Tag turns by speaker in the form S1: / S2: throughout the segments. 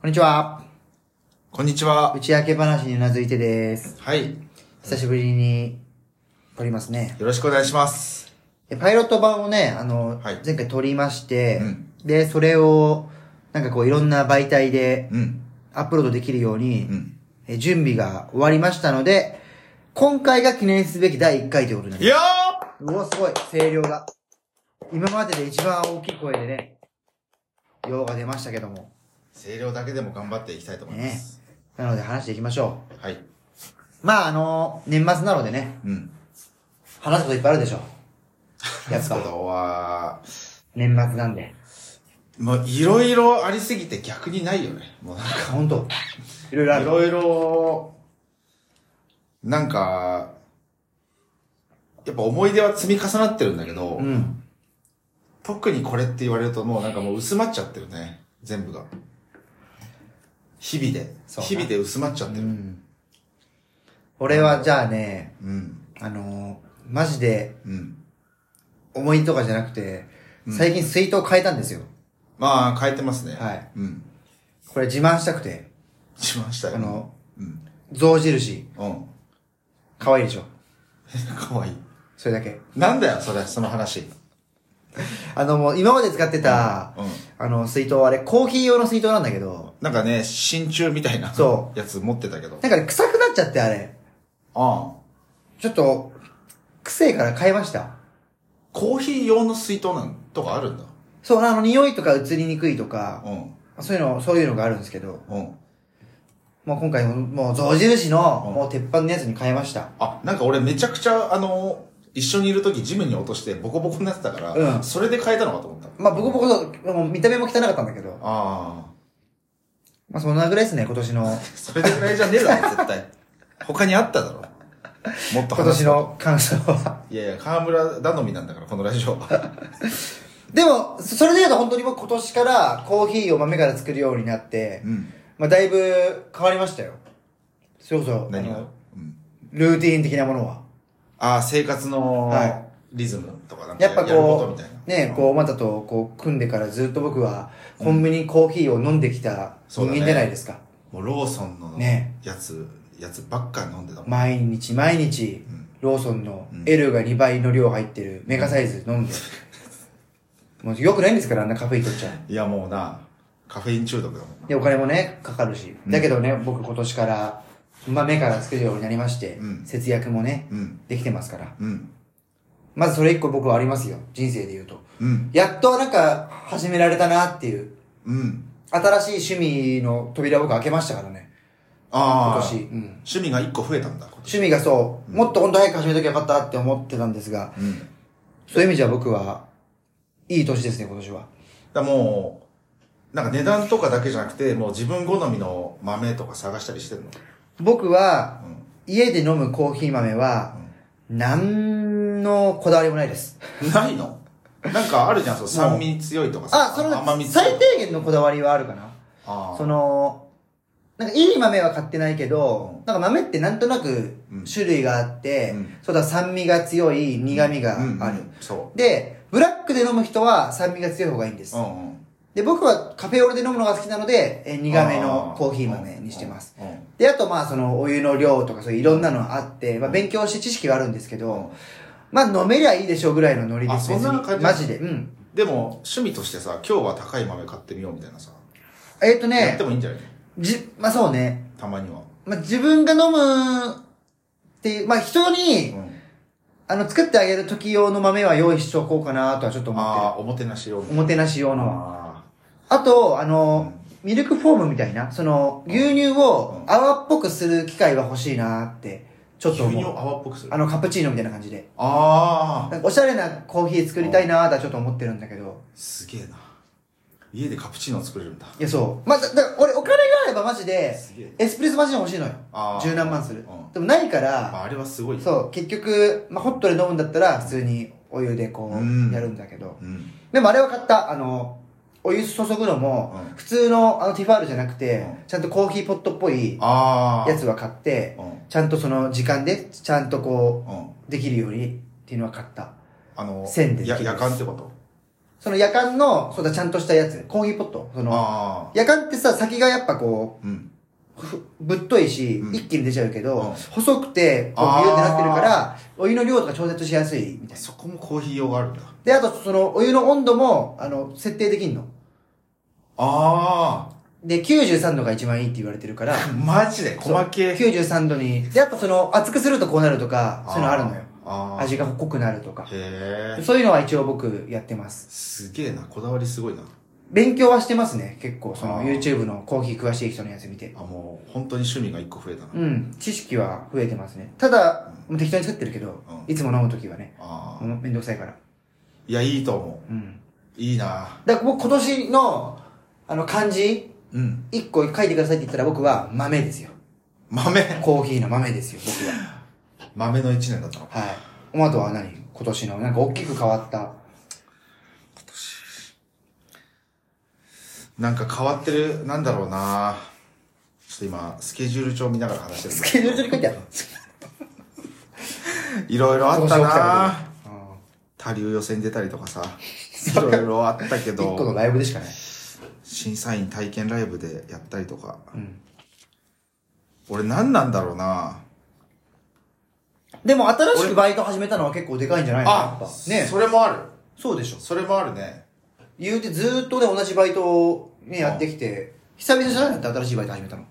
S1: こんにちは。
S2: こんにちは
S1: 打。ち明け話にうなずいてです。
S2: はい。よ
S1: 久しぶりに撮りますね。
S2: ろしくお願いします。
S1: でパイロット版をね、あの、
S2: はい
S1: 前回撮りまして、
S2: うん
S1: で、それを、なんかこういろんな媒体で
S2: うん。
S1: アップロードできるように、
S2: うん。
S1: え準備が終わりましたので、今回が記念すべき第1回ということになり
S2: よ
S1: ます。うお、すごい、声量が。今までで一番大きい声でね、用が出ましたけども。
S2: ー声量だけでも頑張っていきたいと思います。
S1: なので話していきましょ
S2: はい。
S1: う。まあ、あの、年末なのでね、
S2: うん。
S1: 話すこといっぱいあるでしょ。やっ
S2: そうだ
S1: ぱ、
S2: わ
S1: 年末なんで。
S2: もういろいろありすぎて逆にないよね。もうなんか、
S1: ほんと。いろいろあ
S2: い
S1: る。
S2: ろいろ、なんか、やっぱ思い出は積み重なってるんだけど、
S1: うん。
S2: 特にこれって言われるともうなんかもう薄まっちゃってるね。全部が。日々で。
S1: そう
S2: 日々で薄まっちゃって
S1: う
S2: る。
S1: ん。俺はじゃあね、
S2: うん。
S1: あのマジで、
S2: うん。
S1: 思い出とかじゃなくて、最近水筒変えたんですよ。
S2: まあ、変えてますね。
S1: はい。
S2: うん。
S1: これ自慢したくて、
S2: しましたよ。
S1: あの、
S2: うん。
S1: 象印、
S2: うん。
S1: 可愛いでしょ。
S2: かわいい。
S1: それだけ。
S2: なんだよ、それ、その話。
S1: あの、もう今まで使ってた、
S2: うん。
S1: あの、水筒、あれ、コーヒー用の水筒なんだけど、
S2: なんかね、真鍮みたいな。。
S1: そう
S2: やつ持ってたけ
S1: な
S2: ど。
S1: んかね、臭くなっちゃって、あれ。
S2: ああ。
S1: ちょっと、臭いから買いました。
S2: コーヒー用の水筒なんとかあるんだ。
S1: そう、あの、匂いとか移りにくいとか、
S2: うん。
S1: そういうの、そういうのがあるんですけど、
S2: うん。
S1: もう今回も、もう象印の、
S2: うん
S1: もう鉄板のやつに変えました。
S2: あ、なんか俺めちゃくちゃ、あの、一緒にいる時ジムに落としてボコボコになってたから、
S1: うん
S2: それで変えたのかと思った。
S1: まあ、ボコボコと、もう見た目も汚かったんだけど、
S2: あ
S1: まあ、そんなぐらいですね、今年 の、
S2: あ。それでぐらいじゃねえだろ、 絶対。他にあっただろ。もっと
S1: 今年
S2: 話すこと
S1: の感想は。
S2: いやいや、河村頼みなんだから、このラジオ は。
S1: でも、そそれで言うと本当に僕今年からコーヒーを豆から作るようになって、
S2: うん。
S1: まあだいぶ変わりましたよ。それこそ、
S2: 何
S1: あ
S2: が
S1: の
S2: うん。
S1: ルーティーン的なものは。
S2: ああ、生活の
S1: はい
S2: リズムとかなんか
S1: やっぱ
S2: るこ
S1: こと
S2: み
S1: う
S2: たいな、
S1: ね、こう、またとこう、組んでからずっと僕は、コンビニコーヒーを飲んできた人間じゃないですか。
S2: もうローソンの
S1: ね
S2: やつ、やつばっか飲んでたもん。
S1: 毎日毎日、
S2: うん
S1: ローソンの
S2: うん
S1: L が2倍の量入ってるメガサイズ飲んで。もう良くないんですから、あんなカフェイン取っちゃう。
S2: いや、もうな、カフェイン中毒だもんな。
S1: で、お金もね、かかるし。だけどね、僕今年から、豆から作るようになりまして、
S2: うん
S1: 節約もね、
S2: うん。
S1: できてますから。
S2: うん。
S1: まずそれ一個僕はありますよ。人生で言うと。
S2: うん。
S1: やっとなんか、始められたなっていう。
S2: うん。
S1: 新しい趣味の扉僕開けましたからね。今
S2: ああ。
S1: 年。うん。
S2: 趣味が一個増えたんだ、今年。
S1: 趣味がそう、
S2: うん
S1: もっと本当早く始めときゃよかったって思ってたんですが、
S2: うん。だか
S1: そういう意味じゃ僕は、いい年ですね、今年は。
S2: らもう、なんか値段とかだけじゃなくて、もう自分好みの豆とか探したりしてるの。
S1: 僕は、
S2: うん。
S1: 家で飲むコーヒー豆は、何のこだわりもないです。
S2: ないのなんかあるじゃん、そう酸味強いとかさ。
S1: あ、そ
S2: 甘
S1: の、
S2: み強い
S1: 最低限のこだわりはあるかな。
S2: ああ。
S1: その、なんかいい豆は買ってないけど
S2: う、ん
S1: なんか豆ってなんとなく
S2: うん
S1: 種類があって、
S2: うん
S1: そうだ酸味が強い苦味がある、
S2: うんうんそ
S1: で、ブラックで飲む人は酸味が強い方がいいんです。
S2: う。うんうん。
S1: で、僕はカフェオレで飲むのが好きなので、え苦めのコーヒー豆にしてます。。で、あとまあそのお湯の量とかそういういろんなのあって、まあ勉強して知識はあるんですけど、まあ飲めりゃいいでしょうぐらいのノリで
S2: あ
S1: す。
S2: そんな
S1: 別に
S2: 感じ
S1: マジで。うん。
S2: でも、趣味としてさ、今日は高い豆買ってみようみたいなさ、
S1: えっ、と
S2: やっ
S1: ね
S2: て、もいいんじゃない
S1: じ、まあそうね、
S2: たまには。
S1: まあ、自分が飲むっていう、まあ、人に、
S2: うん
S1: あの、作ってあげる時用の豆は用意しとこうかなとはちょっと思っ
S2: ああ、おもてなし用
S1: てる。おもてなし用のは。
S2: あ
S1: あと、あの、ミルクフォームみたいな、その、牛乳を
S2: うん
S1: 泡っぽくする機械は欲しいなって、ち
S2: あ。
S1: ょっ
S2: 牛
S1: と
S2: 乳
S1: 思
S2: を
S1: う。
S2: 泡っぽくする。
S1: あ
S2: あ
S1: の、カプチーノみたいな感じで。
S2: あ
S1: なんかおしゃれなコーヒー作りたいなとはちょっと思ってるんだけど。
S2: ー。すげえな。家でカプチーノ作れるんだ。
S1: いや、そう。まあ、だだから俺、お金があればマジで、
S2: すげえ。
S1: エスプレッソマシン欲しいのよ。
S2: あー
S1: 十何万する
S2: うん。
S1: でもないか
S2: ま
S1: ら、
S2: ああれはすごい。う。
S1: そう、結局、まあ、ホットで飲むんだったら、普通にお湯でこ
S2: うん
S1: う、やるんだけど。
S2: うん。
S1: でもあれは買った、あの、お湯注ぐのも
S2: う、ん
S1: 普通のあのティファールじゃなくて
S2: う、
S1: ちゃんとコーヒーポットっぽい
S2: ああ。
S1: やつは買って
S2: う、ん。うん。
S1: ちゃんとその時間で、ちゃんとこう、できるようにっていうのは買った。
S2: あの、
S1: 線でできる
S2: や夜間ってこと
S1: その夜間の、そうだ、ちゃんとしたやつ、コーヒーポット。その、
S2: あ
S1: 夜間ってさ、先がやっぱこ
S2: あ。うん。
S1: う、ふぶっといし、
S2: うん
S1: 一気に出ちゃうけど、
S2: うん
S1: 細くて、こう、
S2: あー
S1: ビューってなってるから、お湯の量とか調節しやすいみたいな。
S2: そこもコーヒー用があるんだ。
S1: で、あと、その、お湯の温度も、あの、設定できんの。
S2: あ
S1: で、93度が一番いいって言われてるから、
S2: あ。マジで 細けえ。
S1: 93度に。で、やっぱその、熱くするとこうなるとか、そういうのあるのよ。
S2: あーあー。
S1: 味
S2: へ
S1: が濃くなるとか。
S2: え。
S1: そういうのは一応僕やってます。
S2: すげえな。こだわりすごいな。
S1: 勉強はしてますね。結構、その
S2: あー
S1: YouTube のコーヒー詳しい人のやつ見て。
S2: あ、もう、本当に趣味が一個増えたな。
S1: うん。知識は増えてますね。ただ、もう適当に作ってるけど、
S2: うん
S1: いつも飲むときはね、
S2: あ
S1: も
S2: あ。
S1: うめんどくさいから。
S2: いや、いいと思
S1: うん。
S2: う。いいな。
S1: だから僕今年の、あの、漢字、
S2: うん。
S1: 一個書いてくださいって言ったら僕は豆ですよ。
S2: 豆。
S1: コーヒーの豆ですよ、僕は。
S2: 豆の一年だった の。
S1: はい。おまとは何今年の、なんか大きく変わった。
S2: なんか変わってる、なんだろうな。ちょっと今、スケジュール帳見ながら話してる。
S1: スケジュールに書いてある。
S2: いろいろあった
S1: 今年起き
S2: な。
S1: たことうん
S2: 他流予選出たりとか さ、いろいろあったけ
S1: 一個の
S2: ど、
S1: ライブでしかない。
S2: 審査員体験ライブでやったりとか。
S1: うん。
S2: 俺何なんだろうな
S1: でも新しくバイト始めたのは結構でかいんじゃないのやっぱ。ね
S2: それもある。
S1: そうでしょ。
S2: それもあるね。
S1: 言うてずーっとね、同じバイトをね、やってきて、久々じゃないのって新しいバイト始めたの。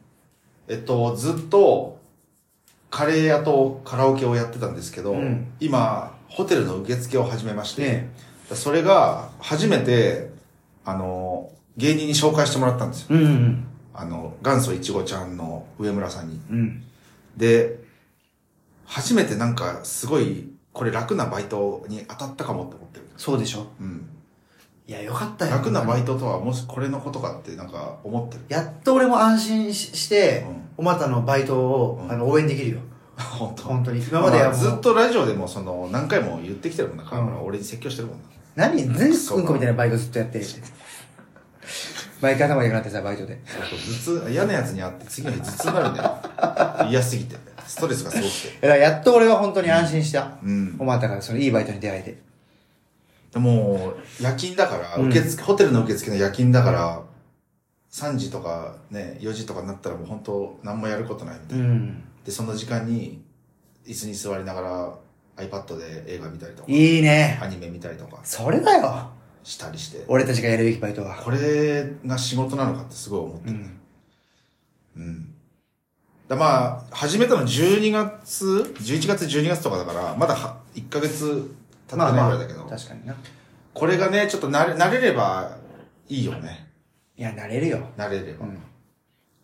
S2: えっと、ずっと、カレー屋とカラオケをやってたんですけど、
S1: うん
S2: 今、ホテルの受付を始めまして、
S1: ね
S2: それが、初めて、あの、芸人に紹介してもらったんですよ。
S1: うんうん
S2: あの、元祖いちごちゃんの上村さんに。
S1: うん。
S2: で、初めてなんかすごい、これ楽なバイトに当たったかもって思ってる。
S1: そうでしょ。
S2: うん。
S1: いや、よかったよ。
S2: 楽なバイトとはもしこれのことかってなんか思ってる。
S1: やっと俺も安心しして
S2: うん、
S1: おまたのバイトを
S2: う、ん
S1: あの、応援できるよ。
S2: 本当。
S1: 本当に。今までは
S2: あ
S1: もう
S2: ずっ。とラジオでもその何回も言ってきてるもんな、河村。
S1: う
S2: 俺に説教してるもんな。
S1: 何全
S2: そう
S1: うんこみたいなバイトずっとやって。毎回頭が痛くなってさ、バイトで。
S2: 頭痛、嫌なやつに会って次の日頭痛になるんだよ。嫌すぎて。ストレスがすごくて。
S1: だからやっと俺は本当に安心した。
S2: うん
S1: お。またが、その、いいバイトに出会えて。
S2: でも、夜勤だから、
S1: うん
S2: 受付、ホテルの受付の夜勤だから、3時とかね、4時とかになったらもう本当何もやることないみたいな。
S1: うん。
S2: で、その時間に、椅子に座りながら、iPad で映画見たりとか、
S1: いいね。
S2: アニメ見たりとか
S1: それだよ。
S2: したりして、
S1: 俺たちがやるべきバイトは。
S2: これが仕事なのかってすごい思って
S1: う
S2: る。
S1: ん。
S2: うん。だまあ、始めたの12月、11月、12月とかだから、まだは1ヶ月経ってないぐらいだけど、
S1: 確かにな。
S2: これがね、ちょっと慣れ、慣れればいいよね。
S1: いや、慣れるよ。
S2: 慣れれば。
S1: うん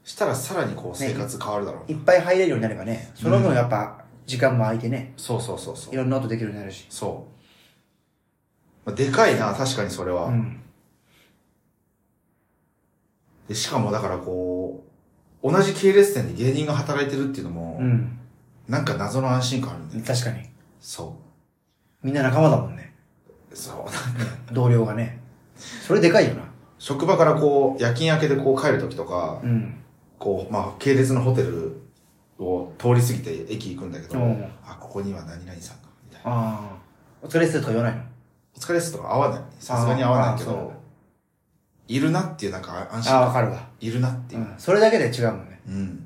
S2: したらさらにこう生活変わるだろう。
S1: いっぱい入れるようになればね、その分やっぱ、時間も空いてね、
S2: そうそうそうそ。
S1: いうろんなことできるようになるし。
S2: そう。まあでかいな、確かにそれは。
S1: うん。
S2: で、しかもだからこう、同じ系列店で芸人が働いてるっていうのも、
S1: うん。
S2: なんか謎の安心感あるんだよね。
S1: 確かに。
S2: そ
S1: みんな仲間だもんね。
S2: う。そう。
S1: 同僚がね。それでかいよな。
S2: 職場からこう、夜勤明けでこう帰るときとか、
S1: うん。
S2: こう、まあ、系列のホテルを通り過ぎて駅行くんだけど、
S1: うん
S2: あ、ここには何々さんが、みたいな。
S1: ああ。お疲れっすとか言わないの
S2: お疲れっすとか合わない。さすがに合わないけ
S1: あーあーそ
S2: ど、いるなっていうなんか安心
S1: ああ、
S2: 感。
S1: わかるわ。
S2: いるなっていうう。
S1: ん。それだけで違うもんね。
S2: うん。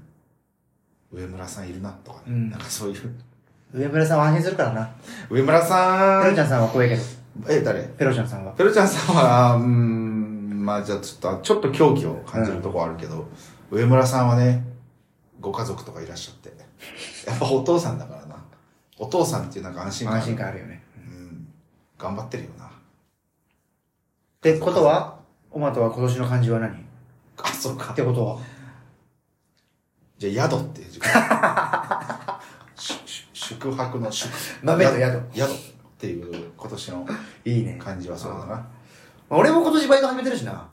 S2: 上村さんいるなとかね。
S1: うん
S2: なんかそういう。
S1: 上村さんは安心するからな。
S2: 上村
S1: ペ
S2: さ
S1: ロち
S2: ん
S1: ゃんさんは怖いけど。
S2: え、誰
S1: ペロちゃんさんは。
S2: ペロちゃんさんは、うーん、まあじゃあちょっと、ちょっと狂気を感じるとこあるけど、上村さんはね、ご家族とかいらっしゃって。やっぱお父さんだからな。お父さんっていうなんか安心感。
S1: 安心感あるよね。
S2: うん。頑張ってるよな。
S1: ってことは、おまとは今年の漢字は何っ
S2: あ、そうか
S1: て。ことは
S2: じゃあ宿っていう時間。 しし宿泊の宿。
S1: 豆と宿
S2: 宿。宿っていう今年の
S1: いいね。
S2: 感じはそうだな。
S1: 俺も今年バイト始めてるしな。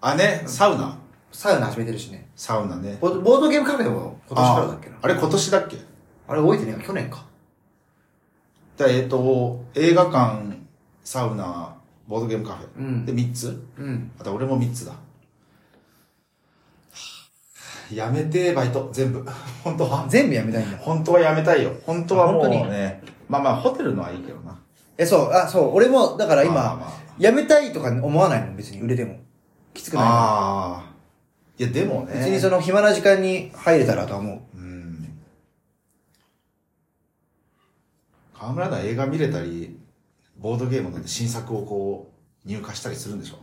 S2: あ、ね、サウナ。
S1: サウナ始めてるしね。
S2: サウナね。
S1: ボボードゲームカフェも今年からだっけな。
S2: ああれ今年だっけ
S1: あれ覚えてねえか去年か。
S2: じゃあ、えっ、と、映画館、サウナ、ボードゲームカフェ。
S1: うん
S2: で、3つ
S1: うん。
S2: あと俺も3つだ。は あやめて、バイト、全部。 本当は。
S1: 全部やめたいんだ。
S2: 本当はやめたいよ。本当はもう
S1: あ本当
S2: ね。まあまあ、ホテルのはいいけどな。
S1: え、そう、あ、そう、俺も、だから
S2: まあま
S1: 今、
S2: あ
S1: やめたいとか思わないもん、別に売れても。きつくない
S2: ああ。いや、でもね。
S1: 別にその暇な時間に入れたらとは思
S2: うん。河村だ映画見れたり、ボードゲームなんて新作をこう、入荷したりするんでしょ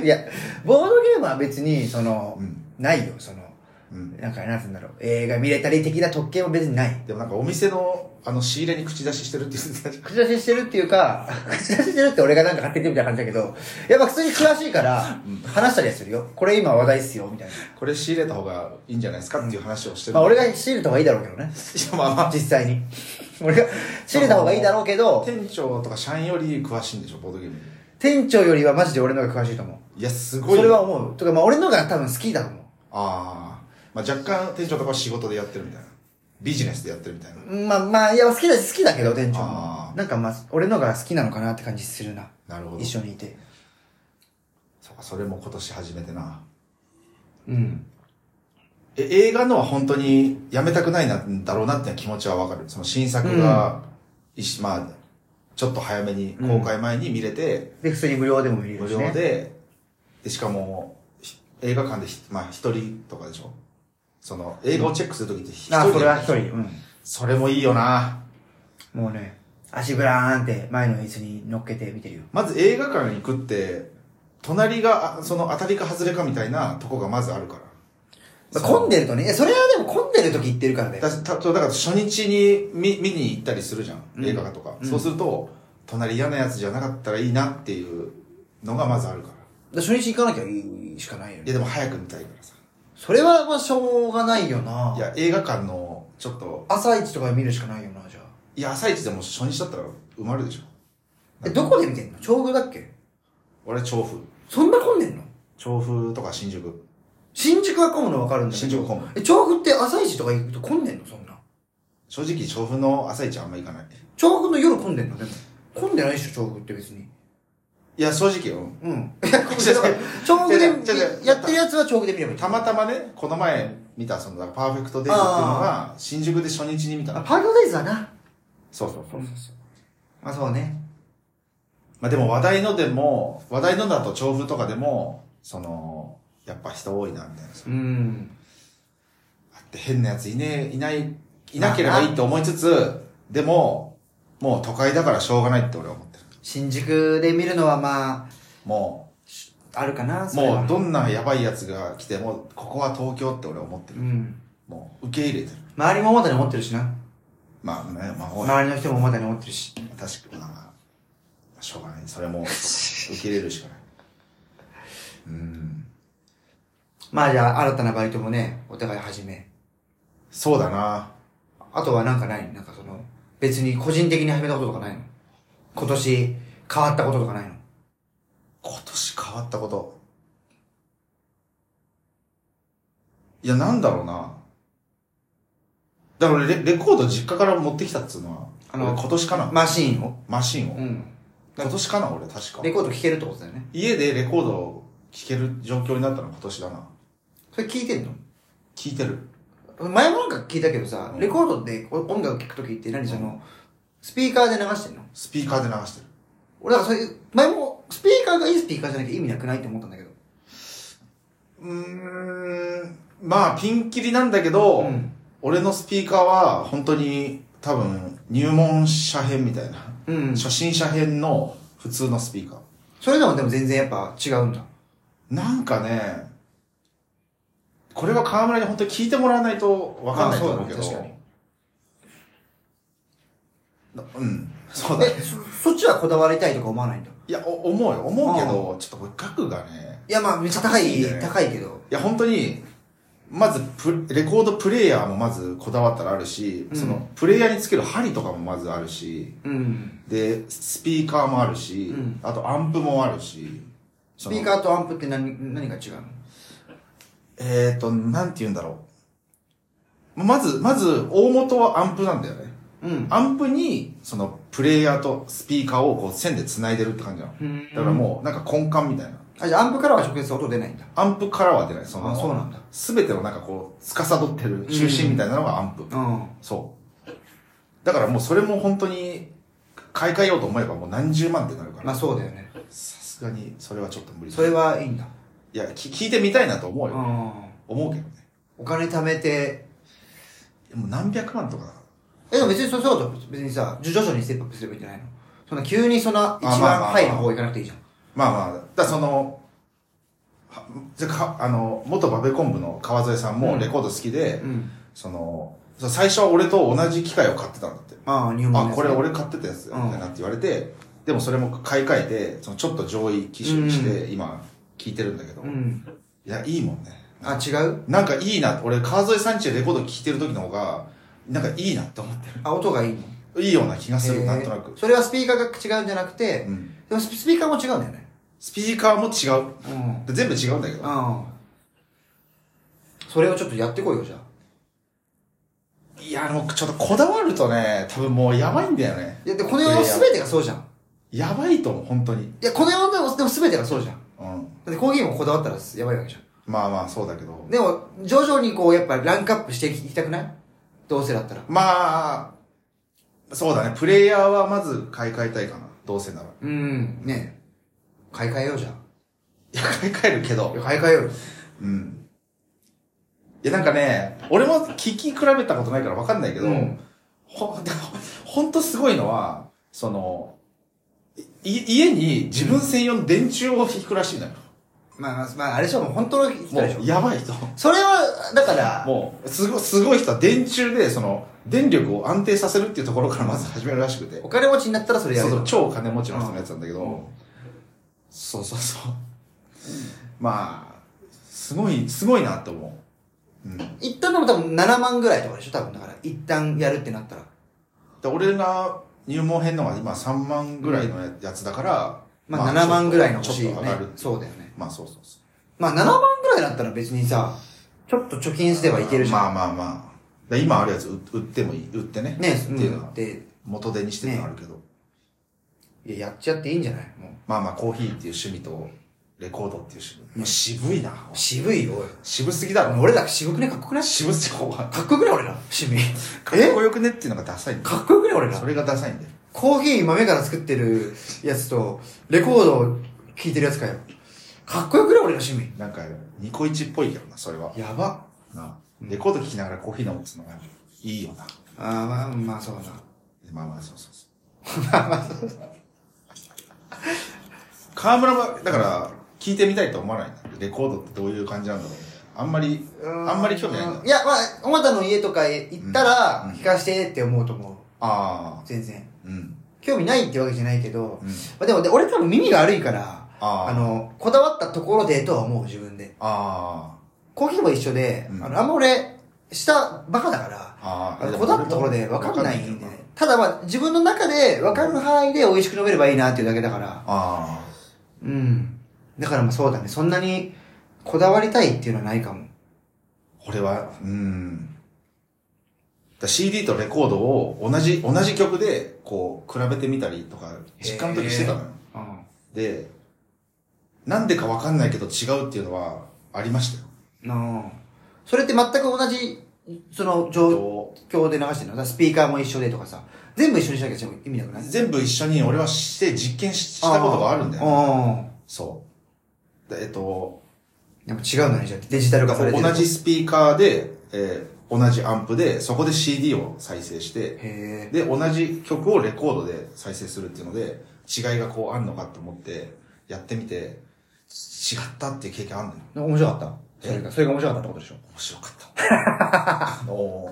S1: う。いや、ボードゲームは別に、その、
S2: うん。
S1: ないよ、その、
S2: うん。
S1: なんか、なんつうんだろう、映画見れたり的な特権は別にない。
S2: でもなんかお店の、あの、仕入れに口出ししてるって言ってたじゃん。
S1: 口出ししてるっていうか、 口出ししてるって俺がなんか勝手に言ってみたいな感じだけど、やっぱ普通に詳しいから、話したりはするよ。これ今話題っすよ、みたいな。
S2: これ仕入れた方がいいんじゃないですかっていう話をしてる。
S1: まあ俺が
S2: い
S1: 仕入れた方がいいだろうけどね。
S2: や、まあま
S1: 実際に。俺が仕入れた方がいいだろうけ
S2: あ。
S1: ど、
S2: 店長とか社員より詳しいんでしょ、ボードゲームに。
S1: 店長よりはマジで俺の方が詳しいと思う。
S2: いや、すごい。
S1: それは。思う。とか、まあ俺の方が多分好きだと思う。
S2: ああ。まあ若干店長とかは仕事でやってるみたいな。ビジネスでやってるみたいな。
S1: まあまあ、いや、好きだ、好きだけど、店長
S2: あ
S1: も。
S2: ー
S1: なんかまあ、俺のが好きなのかなって感じするな。
S2: なるほど。
S1: 一緒にいて。
S2: そうか、それも今年始めてな。
S1: うん。
S2: え、映画のは本当にやめたくないな、だろうなって気持ちはわかる。その新作が、いしまあ、ちょっと早めに、公開前に見れて、
S1: で、普通に無料でも見れ
S2: 無
S1: るし
S2: 料
S1: ね。
S2: で、で、しかも、ひ映画館でひ、まあ一人とかでしょその、映画をチェックするときって一人
S1: あ、
S2: で
S1: それは一人。うん。
S2: それもいいよな。
S1: もうね、足ブラーンって前の椅子に乗っけて見てるよ。
S2: まず映画館に行くって、隣が、あその当たりか外れかみたいなとこがまずあるから。
S1: まあ
S2: そう
S1: 混んでるとね、いやそれはでも混んでる時行ってるからね。
S2: だたそうだから初日に見見に行ったりするじゃん、
S1: うん
S2: 映画館とか、
S1: うん
S2: そうすると隣嫌なやつじゃなかったらいいなっていうのがまずあるから
S1: だ初日行かなきゃいいしかないよ
S2: いや
S1: ね。
S2: でも早く見たいからさ。
S1: それはまあしょうがないよない
S2: や映画館のちょっと
S1: 朝一とかで見るしかないよな、じゃあ。
S2: いや朝一でも初日だったら埋まるでしょ
S1: え、どこで見てんの調布だっけ
S2: 俺調布
S1: そんな混んでんの
S2: 調布とか新宿
S1: 新宿は混むの分かるんだけど
S2: 新宿は混む
S1: え調布って朝一とか行くと混んでんのそんな
S2: 正直調布の朝一あんま行かない
S1: 調布の夜混んでんのでも混んでないでしょ調布って別に
S2: いや正直よ
S1: うんいや混んでない調布
S2: 違う違う違う違う
S1: でやってるやつは調布で見ればいい
S2: たまたまねこの前見たそのだからパーフェクトデイズっていうのが新宿で初日に見た
S1: あ
S2: の
S1: パートデイズはな
S2: そうそうそう
S1: まあそうね
S2: まあでも話題のでも、話題のだと調布とかでも、その、やっぱ人多いな、みたいなさ。
S1: うん
S2: あって変なやついねえ、いない、いなければいいと思いつつ、でも、もう都会だからしょうがないって俺は思ってる。
S1: 新宿で見るのはまあ
S2: も
S1: あるかな
S2: う、
S1: それは
S2: もうどんなやばいやつが来ても、ここは東京って俺は思って
S1: う
S2: る。
S1: ん
S2: もう、受け入れてる。
S1: 周りも桃田に思ってるしな
S2: まあね、まあ、おい
S1: 周りの人も桃田に思ってるし
S2: 確かに、まあ、しょうがない。それも、受け入れるしかない。うん。
S1: まあじゃあ新たなバイトもねお互い始め
S2: そうだな。
S1: あとはなんかないなんかその別に個人的に始めたこととかないの今年変わったこととかないの
S2: 今年変わったこと。いや、なんだろうな。だから俺レ、レコード実家から持ってきたっつうのは、
S1: あ
S2: あ
S1: の
S2: の、今年かな、
S1: マシーンを
S2: マシンを。
S1: ん。
S2: 今年かな俺、確か
S1: レ。コード聴けるってことだよね。
S2: 家でレコードを聴ける状況になったの今年だな。
S1: それ聞いてんの
S2: 聴いてる。
S1: 前もなんか聞いたけどさ、
S2: うん
S1: レコードで音楽聴くときって何その、スピーカーで流してんの
S2: スピーカーで流してる。
S1: 俺だからそういう、前もスピーカーがいいスピーカーじゃなきゃ意味なくないって思ったんだけど。
S2: うーん。まあ、ピンキリなんだけど、
S1: うん
S2: 俺のスピーカーは、本当に、多分、入門者編みたいな。
S1: うん。
S2: 初心者編の普通のスピーカー。
S1: それでもでも全然やっぱ違うんだ。
S2: なんかね、これは河村に本当に聞いてもらわないと分かんないと思うけど。
S1: あそうだね
S2: なうん。そうだね。
S1: え、そ、そっちはこだわりたいとか思わないんだ。
S2: いや、お思うよ。思うけど、ちょっとこれ額がね、
S1: いやまあめっちゃ高
S2: 高い
S1: い、
S2: んだよね
S1: 高いけど。
S2: いや、本当に、まずプ、レコードプレイヤーもまずこだわったらあるし、
S1: うん
S2: その、プレイヤーにつける針とかもまずあるし、
S1: うん。
S2: で、スピーカーもあるし、
S1: うん
S2: あとアンプもあるし、
S1: ス
S2: ス
S1: ピーカーとアンプって何、何が違うの
S2: えーと、なんて言うんだろう。まず、まず、大元はアンプなんだよね。
S1: うん。
S2: アンプに、その、プレイヤーとスピーカーをこう線で繋いでるって感じなの。
S1: うん
S2: だからもう、なんか根幹みたいな。
S1: あ、じゃあアンプからは直接音出ないんだ。
S2: アンプからは出ない。その、
S1: あそうなんだ
S2: すべてをなんかこう、司ってる中心みたいなのがアンプ。
S1: うん。
S2: そう。だからもうそれも本当に、買い替えようと思えばもう何十万ってなるから。
S1: まあそうだよね。
S2: さすがに、それはちょっと無理だ
S1: それはいいんだ。
S2: いや、き聞いてみたいなと思う
S1: う
S2: よ。
S1: ん。
S2: 思うけどね。
S1: お金貯めて、
S2: でも何百万とかだか
S1: え、でも別にそうそうだと別にさ、徐々にステップアップすればいいんじゃないのそんな急にその一
S2: あまあまあ
S1: 番
S2: まあ
S1: ハイの方行かなくていいじゃん。
S2: ら。まあまあ、だからその、はじゃあか、あの、元バベコン部の川添さん
S1: う
S2: も
S1: ん
S2: レコード好きで、
S1: うん。
S2: その、そう最初は俺と同じ機械を買ってたんだって。
S1: ああ、日本のやつ
S2: あ、
S1: ね
S2: これ。俺買ってたやつだ
S1: うん
S2: みたいなって言われて、でもそれも買い替えて、そのちょっと上位機種にして、今、聞いてるんだけど、
S1: う
S2: い
S1: ん。
S2: や、いいもんね。
S1: あ、違う
S2: なんかいいな、俺、川添さんちでレコード聴いてる時の方が、なんかいいなって思って
S1: あ、音がいいの
S2: る。いいような気がす
S1: え
S2: る、
S1: ー
S2: なんとなく。
S1: それはスピーカーが違うんじゃなくて、
S2: うん。
S1: でもスピーカーも違うんだよね。
S2: スピーカーも違う。
S1: うん。
S2: で全部違うんだけど。
S1: うん。それをちょっとやってこいよ、じゃあ。
S2: いや、もうちょっとこだわるとね、多分もうやばいんだよね。
S1: いや、で、この世の全てがそうじゃん。
S2: やばいと思う、本当に。
S1: いや、この世のでも全てがそうじゃん。
S2: うん。
S1: だってコーヒーもこだわったらやばいわけじゃ
S2: まあまあ、そうだけど
S1: ん。。でも、徐々にこう、やっぱランクアップしていきたくないどうせだったら。
S2: まあ、そうだね。プレイヤーはまず買い替えたいかな。どうせなら。い
S1: うん。ねえ。買い替えようじゃん。
S2: や、買い替えるけ
S1: い
S2: ど。
S1: や買い替えようよ。
S2: うん。いや、なんかね、俺も聞き比べたことないからわかんないけど、
S1: うん
S2: ほ、 でもほんとすごいのは、その、い、家に自分専用の電柱を引くらしいのよ。
S1: まあ、まあ、あれでしょ、もう本当の人
S2: も
S1: でしょ
S2: う、。やばい人。
S1: それは、だから、
S2: もう、すご、すごい人は電柱で、その、電力を安定させるっていうところからまず始めるらしくて。
S1: お金持ちになったらそれや
S2: そう
S1: る
S2: そう
S1: よ。
S2: 超金持ちの人のやつなんだけど、
S1: うん
S2: そうそうそうまあすごいすごいなって思う、うん、で
S1: 一旦でも多分7万ぐらいとかでしょ、多分だから。一旦やるってなったら。
S2: 俺が入門編のが今3万ぐらいのややつだから、
S1: まあ7万ぐらいの
S2: ち
S1: 欲
S2: ょっ
S1: し
S2: と
S1: いよ
S2: 上
S1: ね
S2: がる。
S1: そうだよね。
S2: まあそうそうそ
S1: まあ7万ぐらいだったら別にさ、ちょっと貯金すれば
S2: う
S1: いけるじゃん。
S2: まあまあまあで今あるやつ売売ってもいい売ってね
S1: ね
S2: っていうの
S1: うん
S2: は
S1: で、
S2: 元手にしてるのあるけど、
S1: いや、やっちゃっていいんじゃないも
S2: まあまあコーヒーっていう趣味とレコードっていう趣味、もう渋いな
S1: う。渋いよ、おい
S2: 渋すぎだろ
S1: 俺ら渋くねかっこよくない
S2: 渋すぎお 前か
S1: かっこよくない俺ら趣味。
S2: っこよくねっていうのがダサいんだよ
S1: かっこよくない俺ら
S2: それがダサいんだよ
S1: コーヒー豆から作ってるやつと、レコードを聴いてるやつかよ。かっこよくない俺ら趣味。
S2: なんか、ニコイチっぽいけどな、それは。
S1: やば。
S2: なレコード聴きながらコーヒー飲むっつうのがいいよな。
S1: あーまあ、まあそうだな。
S2: まあまあ、そうそうそう。河村は、だから、聞いてみたいと思わないんだレコードってどういう感じなんだろうあんまり、あんまり興味ないんだ
S1: い。や、まあ、小俣の家とかへ行ったら
S2: う、ん
S1: 聞かしてって思うと思
S2: ああ
S1: う。、全然。
S2: うん。
S1: 興味ないってわけじゃないけど、
S2: うん。
S1: まあ、でもで俺多分耳が悪いから、
S2: あ
S1: あ
S2: あ、
S1: の、こだわったところでとは思う自分で。
S2: あ
S1: コーヒーも一緒で、
S2: うん
S1: あの、あんま俺、下バカだから
S2: あ、、あ
S1: あ
S2: あ。
S1: のこだわったところで分かんない
S2: けど
S1: んで、ただまあ自分の中で分かる範囲で美味しく飲めればいいなっていうだけだから、
S2: あ
S1: うん。だからまあそうだね、そんなにこだわりたいっていうのはないかも。
S2: あ、俺は、うん。だ CD とレコードを同じ、同じ曲で、こう、比べてみたりとか、実感の時してたのよ。
S1: う
S2: で、なんでかわかんないけど違うっていうのはありましたよ。
S1: ん。なあそれって全く同じ、その状況で流してるのだからスピーカーも一緒でとかさ、全部一緒にしなきゃ意味なくない
S2: 全部一緒に俺はして実験ししたことがあるんだよね、
S1: よ。
S2: そう。でえっと、
S1: うん。でも違うのにじゃあデジタル化されてる。
S2: 同じ。スピーカーで、えー同じアンプで、そこで CD を再生して、
S1: へえ。
S2: で、同じ曲をレコードで再生するっていうので、違いがこうあんのかと思って、やってみて、違ったっていう経験あるんだよ。
S1: 面白かった。それが、それが面白かったってことでしょ
S2: 面白 かった。おー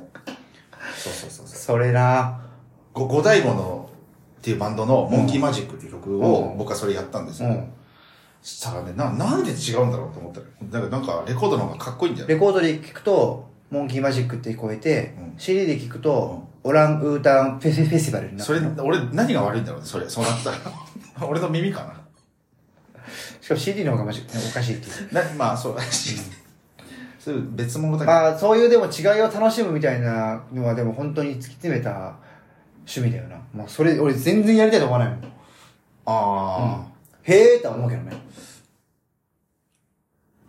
S2: そうそうそうそう。
S1: それな
S2: 五五大五のっていうバンドのモンキーマジックっていう曲
S1: う
S2: を
S1: ん
S2: 僕はそれやったんです
S1: う
S2: よ。
S1: ん。
S2: したらねな、なんで違うんだろうと思ったら、なんかなんかレコードの方がかっこいいんだよね。
S1: レコードで聞くと、モンキーマジックって聞こえて、
S2: うん
S1: CD で聞くと、オランウータンフェスフェスティバルにな
S2: それ、俺何が悪いんだろうね、それ。そうなったら。 俺の耳か
S1: しかも CD の方がマジックねおかしいっていう。
S2: な。なまあ、そうらしい。 そういう別物だけど。
S1: まあ、そういうでも違いを楽しむみたいなのは、でも本当に突き詰めた趣味だよな。もうそれ、俺全然やりたいと思わないもん。
S2: ああ、
S1: へえーとは思うけどね。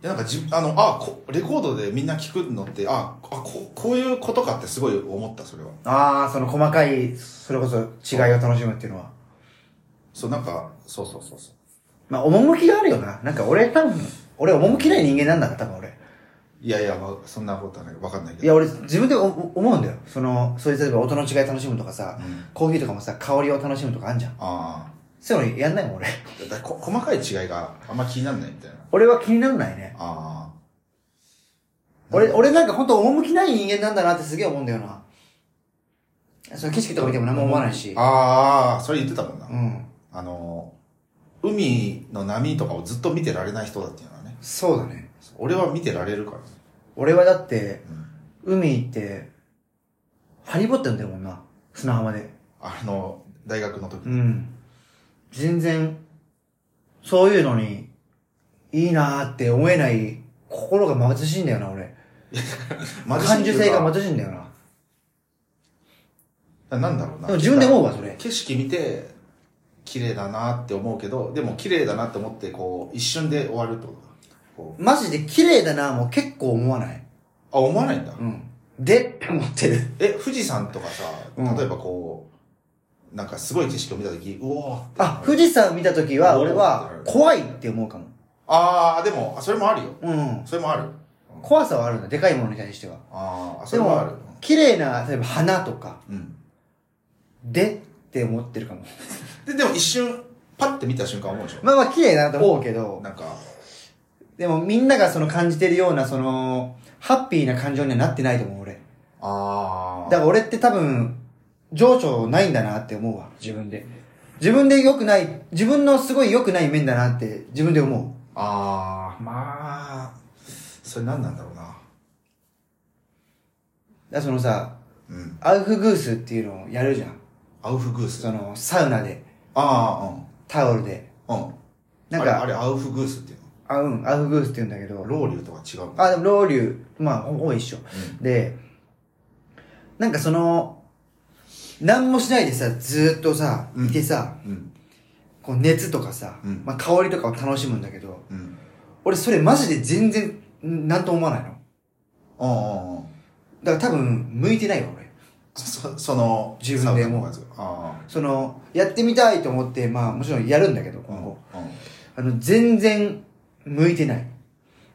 S2: いやなんかじ、あの、あこレコードでみんな聞くのって、ああこ、こういうことかってすごい思った、それは。
S1: ああ、その細かい、それこそ違いを楽しむっていうのは。
S2: そう、なんか、そうそうそうそう。
S1: まあ、趣があるよな。なんか俺多分、俺趣ない人間なんだから、多分俺。
S2: いやいや、わそんなことはない。わかんないけど。
S1: いや、俺自分でおお思うんだよ。その、そういう例えば音の違い楽しむとかさ、
S2: うん
S1: コーヒーとかもさ、香りを楽しむとかあんじゃん。
S2: あ
S1: そういうのやんないもん、俺。
S2: あ。だからこ細かい違いがあんま気にならないみたいな。
S1: 俺は気にならないね。
S2: あ
S1: 俺、俺なんか本当趣ない人間なんだなってすげえ思うんだよな。その景色とか見ても何も思わないし
S2: あ。。ああ、それ言ってたもんな。
S1: うん。
S2: あの、海の波とかをずっと見てられない人だっていうのはね。
S1: そうだね。
S2: 俺は見てられるからね。
S1: 俺はだって、
S2: うん
S1: 海行って、ハリボってんだよもんな。砂浜で。
S2: あの、大学の時。
S1: うん。全然、そういうのに、いいなーって思えない、心が貧しいんだよな、俺。
S2: 貧しい
S1: 感
S2: って
S1: 受
S2: いう
S1: 性
S2: か
S1: が貧しいんだよな。
S2: ななんだろうな。
S1: でも自分で思うわ、それ。
S2: 景色見て、綺麗だなって思うけど、でも綺麗だなって思って、こう、一瞬で終わるってことか。こう
S1: マジで綺麗だなもう結構思わない。
S2: あ、思わないんだ。
S1: うん。でって思ってる。
S2: え、富士山とかさ、
S1: うん
S2: 例えばこう、なんかすごい景色を見たとき、うおーって
S1: あ、富士山見た時は、
S2: おー
S1: 俺は、怖いって思うかも。
S2: あー、でも、あそれもあるよ。
S1: うん。
S2: それもある。
S1: 怖さはあるんだ、でかいものに対しては。
S2: あーあ、そ
S1: で
S2: れもある
S1: も。、綺麗な、例えば花とか、
S2: うん。
S1: でって思ってるかも。
S2: で、でも一瞬、パッて見た瞬間思うでし
S1: まあまあ綺麗だなと思うけ
S2: ょ
S1: ど、
S2: なんか、
S1: でもみんながその感じてるような、その、ハッピーな感情にはなってないと思う、俺。
S2: あ
S1: だか
S2: あ。
S1: ら俺って多分、情緒ないんだなって思うわ、自分で。自分で良くない、自分のすごい良くない面だなって自分で思
S2: ああ、まあ、それ何なんだろうな。
S1: う。だからそのさ、
S2: うん。
S1: アウフグースっていうのをやるじゃん。
S2: アウフグース。
S1: その、サウナで、
S2: あ
S1: タオルで。
S2: あ、うん。うん。
S1: なん
S2: あ
S1: か、
S2: れ、あれアウフグースっていう
S1: あ、うん、アウフグースって言うんだけど、
S2: の。ロウリュとか違うの
S1: あ、でも、ロウリュ、まあ、ほぼ一緒。で、なんかその、何もしないでさ、ずーっとさ、
S2: うん
S1: いてさ、
S2: うん。
S1: こう熱とかさ、
S2: うん
S1: まあ香りとかを楽しむんだけど、
S2: うん。うん。
S1: 俺それマジで全然、んなんとも思わないの。
S2: ああ、
S1: だから多分、向いてないわ、俺。
S2: そ、その、
S1: 自分で
S2: サウナ
S1: もう
S2: のやつあ
S1: その、やってみたいと思って、まあもちろんやるんだけど、
S2: あ。う
S1: 今
S2: ん。うん
S1: 後。あの、全然、向いてない。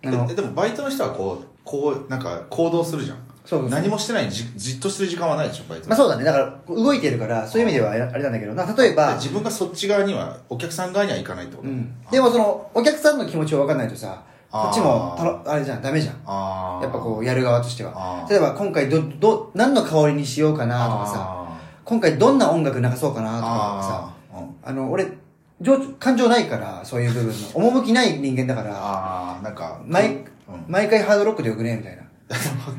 S1: あの
S2: え、でもバイトの人はこう、こう、なんか行動するじゃん。
S1: そうそうそう
S2: 何もしてないにじ、じっとしてる時間はないでしょ、バイト。
S1: まあそうだね。だから、動いてるから、そういう意味ではあれあれなんだけど、な例えば、
S2: 自分がそっち側には、お客さん側には行かないってこと
S1: うん。で、もその、お客さんの気持ちを分かんないとさ、
S2: あー
S1: こっちもたの、あれじゃん、ダメじゃん。
S2: ああ。
S1: やっぱこう、やる側として
S2: あ
S1: は。
S2: ー
S1: 例えば、今回ど、ど、何の香りにしようかなとかさ、
S2: あ
S1: 今回どんな音楽流そうかなとかさ、
S2: あー。うん
S1: あの、俺、情緒感情ないから、そういう部分 の。趣ない人間だから、
S2: ああ、なんか。
S1: 毎
S2: うん。
S1: 毎回ハードロックでよくねみ たいな。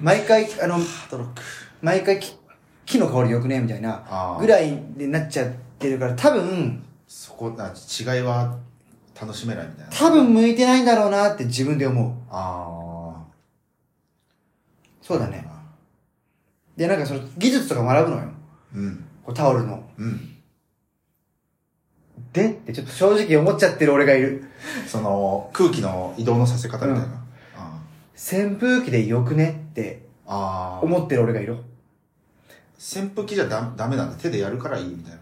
S1: 毎回、あの、
S2: ドロック。
S1: 毎回き木の香りでよくねみたい
S2: あ
S1: な
S2: ー、
S1: ぐらいでなっちゃってるから、多分、
S2: そこ、な、違いは楽しめないみたいな。
S1: 多分向いてないんだろうなって自分で思う。
S2: ああ。
S1: そうだね。。で、なんかその技術とか学ぶのよ。
S2: うん。
S1: こうタオルの。
S2: うん。
S1: でってちょっと正直思っちゃってる俺がいる。
S2: その、空気の移動のさせ方みたいな。
S1: うん
S2: あ
S1: 扇風機でよくねって
S2: あー。
S1: 思ってる俺がいる。
S2: 扇風機じゃダダメなんだ。手でやるからいいみたいな。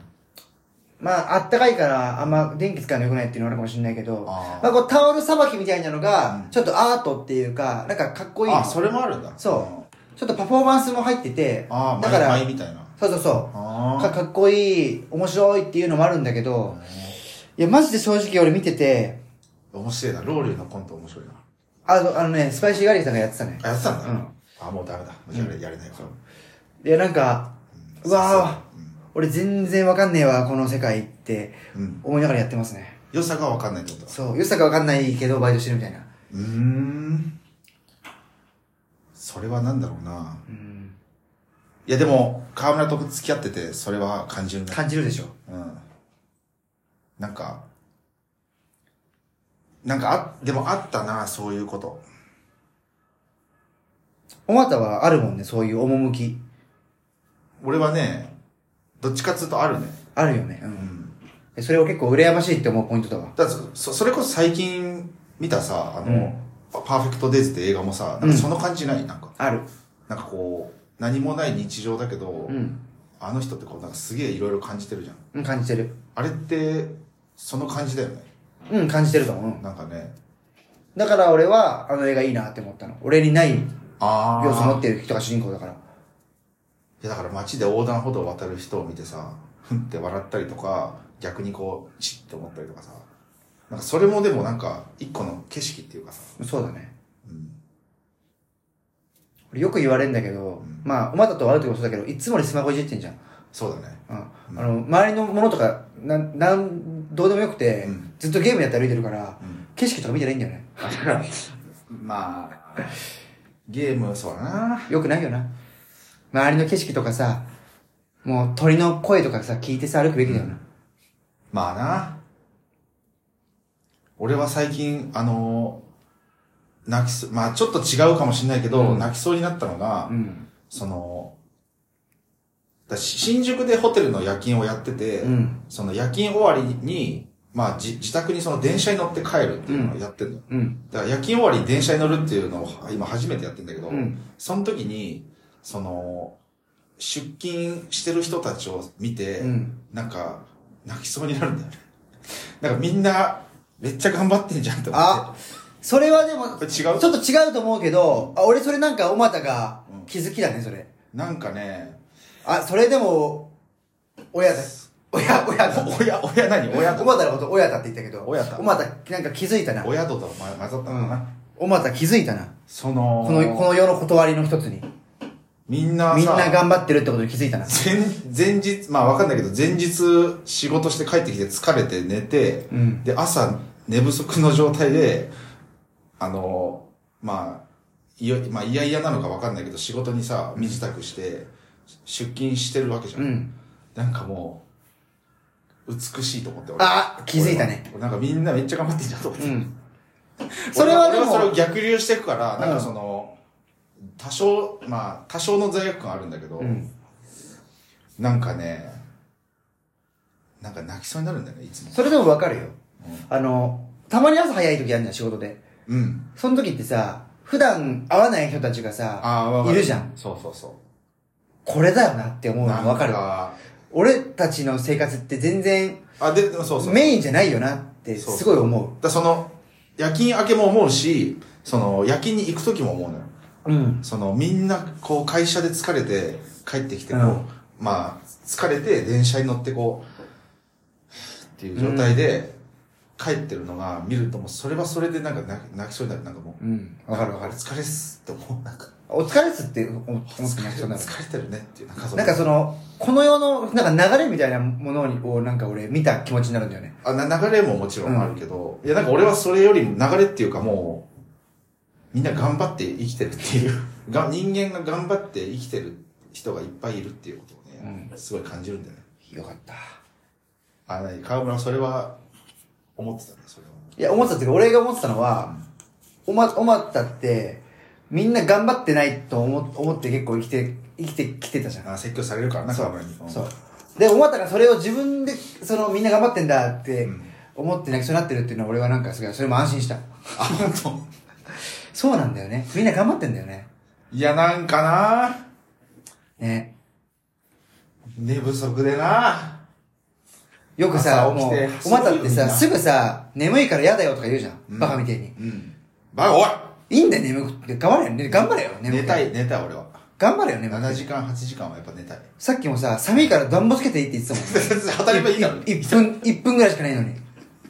S1: まあ、あったかいからあんま電気使うのよくないっていうのはあるかもしれないけど、
S2: あー
S1: まあこうタオルさばきみたいなのが
S2: う、ん
S1: ちょっとアートっていうか、なんかかっこいい。
S2: あ、それもあるんだ。
S1: そちょっとパフォーマンスも入ってて、
S2: うん。ああ、
S1: だから
S2: 舞、舞みたいな。
S1: そうそうそう。
S2: あ
S1: か
S2: あ。
S1: かっこいい、面白いっていうのもあるんだけど、いや、マジで正直俺見てて、
S2: 面白いな。ローリュのコント面白いな。
S1: あの、あのね、スパイシーガーリーさんがやってたね
S2: あ、。やってたんだ。
S1: うん
S2: あ、もうダメだ。やれ,、やれないわ。
S1: いや、なんか、うわぁ、俺全然わかんねえわ、この世界って
S2: うん。
S1: 思いながらやってますね。
S2: 良さが分かんないってことだ。
S1: そう、良さがわかんないけどバイトしてるみたいな。
S2: うーん。それはなんだろうな。
S1: うん。
S2: いやでも、河村と付き合ってて、それは感じるね。
S1: 感じるでしょ。
S2: うん。なんか、なんかあ、でもあったな、そういうこと。
S1: おまたはあるもんね、そういう趣。
S2: 俺はね、どっちかっつうとあるね。
S1: あるよね。う。
S2: うんん。
S1: でそれを結構羨ましいって思うポイントだわ。
S2: だからそそ、それこそ最近見たさ、あの、
S1: うん
S2: パパーフェクトデイズって映画もさ、なんかその感じない、なんか。
S1: ある。
S2: なんかこう、何もない日常だけど、
S1: うん。
S2: あの人ってこう、なんかすげえいろいろ感じてるじゃん。
S1: うん、感じてる。
S2: あれって、その感じだよね。
S1: うん、感じてると思ううん。
S2: なんかね。
S1: だから俺は、あの映画いいなって思ったの。俺にない
S2: あ
S1: 要素持ってる人が主人公だから。
S2: いやだから街で横断歩道を渡る人を見てさ、ふんって笑ったりとか、逆にこう、チッって思ったりとかさ。なんかそれもでもなんか、一個の景色っていうかさ。
S1: そうだね。
S2: うん。
S1: 俺よく言われるんだけど、
S2: ん
S1: まあ、おまたと会うってことだけど、いつも俺スマホいじってんじゃん。
S2: そうだね。
S1: うん。あの、周りのものとか、なん、なん、どうでもよくて、
S2: うん
S1: ずっとゲームやって歩いてるから、
S2: うん
S1: 景色とか見てないんだよ ね。
S2: まあ、ゲーム、そうだな。
S1: よくないよな。周りの景色とかさ、もう鳥の声とかさ、聞いてさ、歩くべきだよな。
S2: まあな。俺は最近、あのー泣きそう、まあちょっと違うかもしれないけど、
S1: うん
S2: 泣きそうになったのが、
S1: うん。
S2: その、だし新宿でホテルの夜勤をやってて、
S1: うん。
S2: その夜勤終わりに、まあじ自宅にその電車に乗って帰るっていうのをやってるのよ。
S1: うん。
S2: だから夜勤終わりに電車に乗るっていうのをは今初めてやってんだけど、
S1: うん。
S2: その時に、その、出勤してる人たちを見て、
S1: うん。
S2: なんか、泣きそうになるんだよね。 なんかみんな、めっちゃ頑張ってんじゃんって思って。
S1: あ、それはでも、
S2: これ違
S1: ちょ
S2: う
S1: っと違うと思うけど、あ、俺それなんか、おまたが
S2: うん
S1: 気づきだね、それ。
S2: なんかね、
S1: あ、それでも、親だ。親、親だ。
S2: 親、親何親
S1: お
S2: と、
S1: またのこと、親だって言ったけど、
S2: 親だ
S1: おまた、なんか気づいたな。
S2: 親とと混ざったのかな。
S1: おまた気づいたな。
S2: その、
S1: この、この世の断りの一つに。
S2: みんなさ、
S1: みんな頑張ってるってことに気づいたな。
S2: 前、前日、まあわかんないけど、前日仕事して帰ってきて疲れて寝て、
S1: うん
S2: で、朝寝不足の状態で、あの、まあ、いよ、まあ、いやいやなのかわかんないけど、仕事にさ、身支度して、出勤してるわけじゃん。
S1: うん。
S2: なんかもう、美しいと思って、俺
S1: あ、気づいたね。。
S2: 俺はなんかみんなめっちゃ頑張ってんじゃんと思っ
S1: う
S2: て。
S1: ん。それはで
S2: 俺俺それを
S1: も、
S2: 逆流していくから、なん
S1: う
S2: か
S1: ん
S2: その、多少、まあ、多少の罪悪感あるんだけど、
S1: うん。
S2: なんかね、なんか泣きそうになるんだよね、いつも。
S1: それでもわかるよ
S2: うん。
S1: あの、たまに朝早い時あるじゃん、仕事で。
S2: うん。
S1: その時ってさ、普段会わない人たちがさ、
S2: ああ、わかる。
S1: いるじゃん。
S2: そうそうそ
S1: これだよなって思
S2: う。
S1: うのわかる。
S2: あ
S1: 俺たちの生活って全然
S2: あ、で、でもそうそう。だか
S1: メインじゃないよなって
S2: そうそう
S1: すごい思
S2: らその、夜勤明けも思うし、その、夜勤に行く時も思うのよ。
S1: う。うん。
S2: その、みんな、こう、会社で疲れて、帰ってきて、こう、
S1: うん
S2: まあ、疲れて、電車に乗って、こう、っていう状態で、帰ってるのが見ると、もう、それはそれで、なんか泣き、泣きそうになる。なんかもう、
S1: うん。わかるわかる
S2: お。疲れっすって思う。なんか、
S1: お疲れっすって思思って
S2: お
S1: ま
S2: 疲
S1: す
S2: れ疲れてるねっていう、なんかその
S1: なんかその、この世の、なんか流れみたいなものにをなんか俺見た気持ちになるんだよね。
S2: あな流れももちろんあるけど、いやなんか俺はそれよりも流れっていうかもう、みんな頑張って生きてるっていう、 が人間が頑張って生きてる人がいっぱいいるっていうことをね、すごい感じるんだよね。
S1: よかった。
S2: あ、なに、川村それは、思ってたね、それは。
S1: いや、思ってたっていうか、俺が思ってたのは、おま、おまったって、みんな頑張ってないと思思って結構生きて、生きてきてたじゃん。
S2: あ説教されるからな、川村に。
S1: そ
S2: ん。
S1: う。で、おまったがそれを自分で、その、みんな頑張ってんだって
S2: うん
S1: 思って泣きそうになってるっていうのは俺はなんかすごい、それも安心した。
S2: あ、本
S1: そうなんだよね。みんな頑張ってんだよね。
S2: 当。いや、なんかな
S1: ね。
S2: 寝不足でな
S1: よくさ、
S2: 朝起き
S1: もう
S2: て、
S1: おまたって
S2: そういうのみん
S1: さ、
S2: な
S1: すぐさ、眠いから嫌だよとか言うじゃん。
S2: うん
S1: バカみてえに。
S2: うん。バカ、おい
S1: いいんだよ、眠くって。頑張れよ、ね、頑張れよ、眠
S2: 寝
S1: く
S2: た。い、寝たい、俺は。
S1: 頑張れよ、眠く
S2: 7時間、8時間はやっぱ寝たい。
S1: さっきもさ、寒いから暖房つけていいって言ってたもんね。
S2: 当たり前いいだろ。
S1: 1分、 一分ぐらいしかないのに。